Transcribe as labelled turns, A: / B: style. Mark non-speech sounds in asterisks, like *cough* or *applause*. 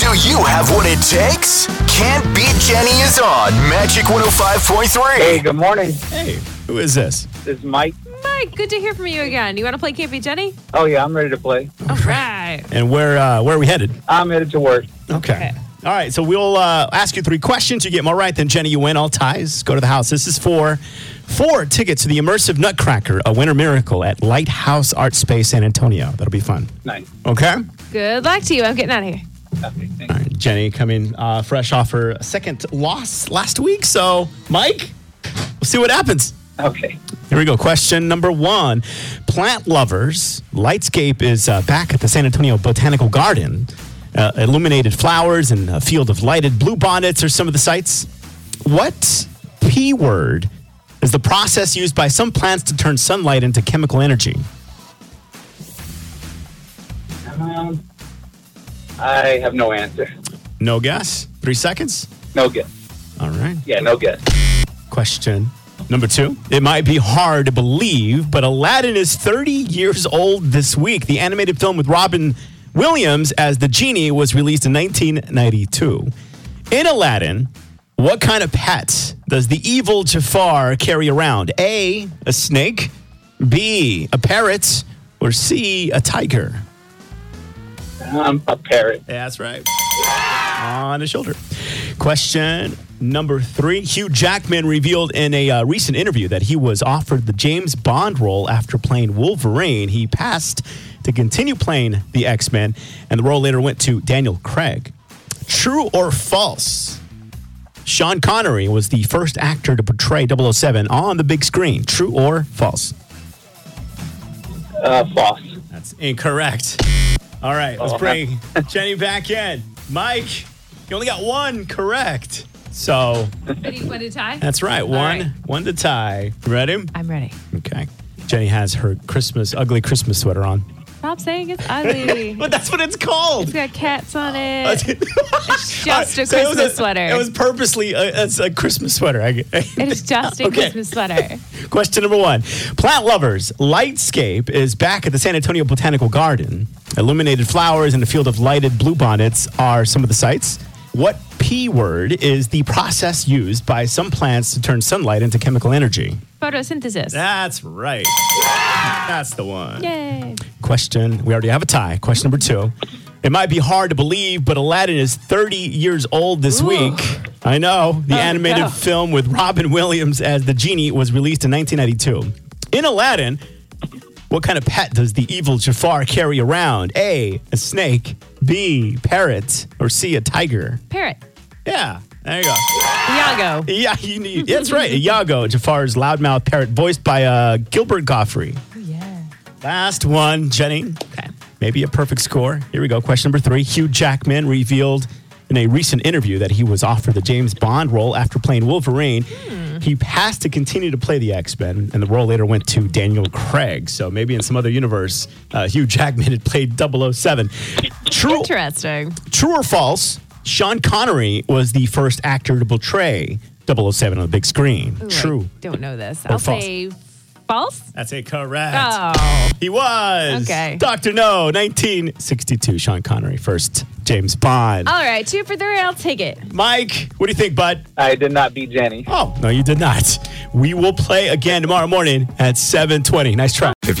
A: Do you have what it takes? Can't Beat Jenny is on Magic 105.3.
B: Hey, good morning.
C: Hey, who is this?
B: This is Mike.
D: Mike, good to hear from you again. You want to play Can't Be Jenny?
B: Oh yeah, I'm ready to play.
D: All right.
C: And where uh, where are we headed?
B: I'm headed to work.
C: Okay. All right, so we'll uh, ask you three questions. You get more right than Jenny, you win. All ties go to the house. This is for four tickets to the immersive Nutcracker, a winter miracle at Lighthouse Art Space San Antonio. That'll be fun.
B: Nice.
C: Okay. All
D: Good luck to you. I'm getting out of here.
B: Okay, thanks.
C: right, Jenny coming uh, fresh off her second loss last week. So, Mike, we'll see what happens.
B: Okay.
C: Here we go. Question number one. Plant lovers, Lightscape is uh, back at the San Antonio Botanical Garden. Uh, illuminated flowers and a field of lighted blue bonnets are some of the sights. What P word is the process used by some plants to turn sunlight into chemical energy?
B: Um, I have no answer.
C: No guess. Three seconds.
B: No guess.
C: All right.
B: Yeah, no guess.
C: Question number two. It might be hard to believe, but Aladdin is 30 years old this week. The animated film with Robin Williams as the genie was released in 1992. In Aladdin, what kind of pet does the evil Jafar carry around? A, a snake, B, a parrot, or C, a tiger?
B: I'm a parrot.
C: That's right. On his shoulder. Question number three. Hugh Jackman revealed in a uh, recent interview that he was offered the James Bond role after playing Wolverine. He passed to continue playing the X Men, and the role later went to Daniel Craig. True or false? Sean Connery was the first actor to portray 007 on the big screen. True or false?
B: Uh, false.
C: That's incorrect. All right, let's bring Jenny back in. Mike, you only got one correct. So
D: What do you want to tie?
C: that's right, one,
D: right.
C: one to tie. Ready?
D: I'm ready.
C: Okay. Jenny has her Christmas ugly Christmas sweater on,
D: Stop saying it's
C: *laughs*
D: ugly.
C: but that's what it's called.
D: it's got cats on it.
C: It's
D: just a Christmas sweater.
C: It was purposely a, it's a Christmas sweater. I, *laughs*
D: It is just a
C: Okay.
D: Christmas sweater.
C: Question number one. Plant lovers, Lightscape is back at the San Antonio Botanical Garden. Illuminated flowers and a field of lighted bluebonnets are some of the sights. What P word is the process used by some plants to turn sunlight into chemical energy?
D: Photosynthesis.
C: That's right. That's the one.
D: Yay.
C: Question. We already have a tie. Question number two. It might be hard to believe, but Aladdin is 30 years old this
D: Ooh.
C: week. I know. The
D: Oh,
C: animated
D: no.
C: film with Robin Williams as the genie was released in 1992. In Aladdin, what kind of pet does the evil Jafar carry around? A, a snake, B, parrot, or C, a tiger?
D: Parrot.
C: Yeah, there you go.
D: Iago.
C: Yeah, you need, that's
D: *laughs*
C: right. Iago, Jafar's loudmouth parrot, voiced by uh, Gilbert Goffrey.
D: Yeah.
C: Last one, Jenny.
D: Okay.
C: Maybe a perfect score. Here we go. Question number three. Hugh Jackman revealed in a recent interview that he was offered the James Bond role after playing Wolverine.
D: Hmm.
C: He passed to continue to play the X Men, and the role later went to Daniel Craig. So maybe in some other universe, uh, Hugh Jackman had played 007. True,
D: Interesting.
C: true or false? Sean Connery was the first actor to portray 007 on the big screen.
D: Ooh, I
C: True.
D: don't know this. I'll
C: false?
D: say false.
C: That's it. Correct.
D: Oh.
C: He was.
D: Okay.
C: Dr. No, 1962. Sean Connery, first James Bond.
D: All right. Two for three. I'll take it.
C: Mike, what do you think, bud?
B: I did not beat Jenny.
C: Oh, no, you did not. We will play again tomorrow morning at 720. Nice try.
E: If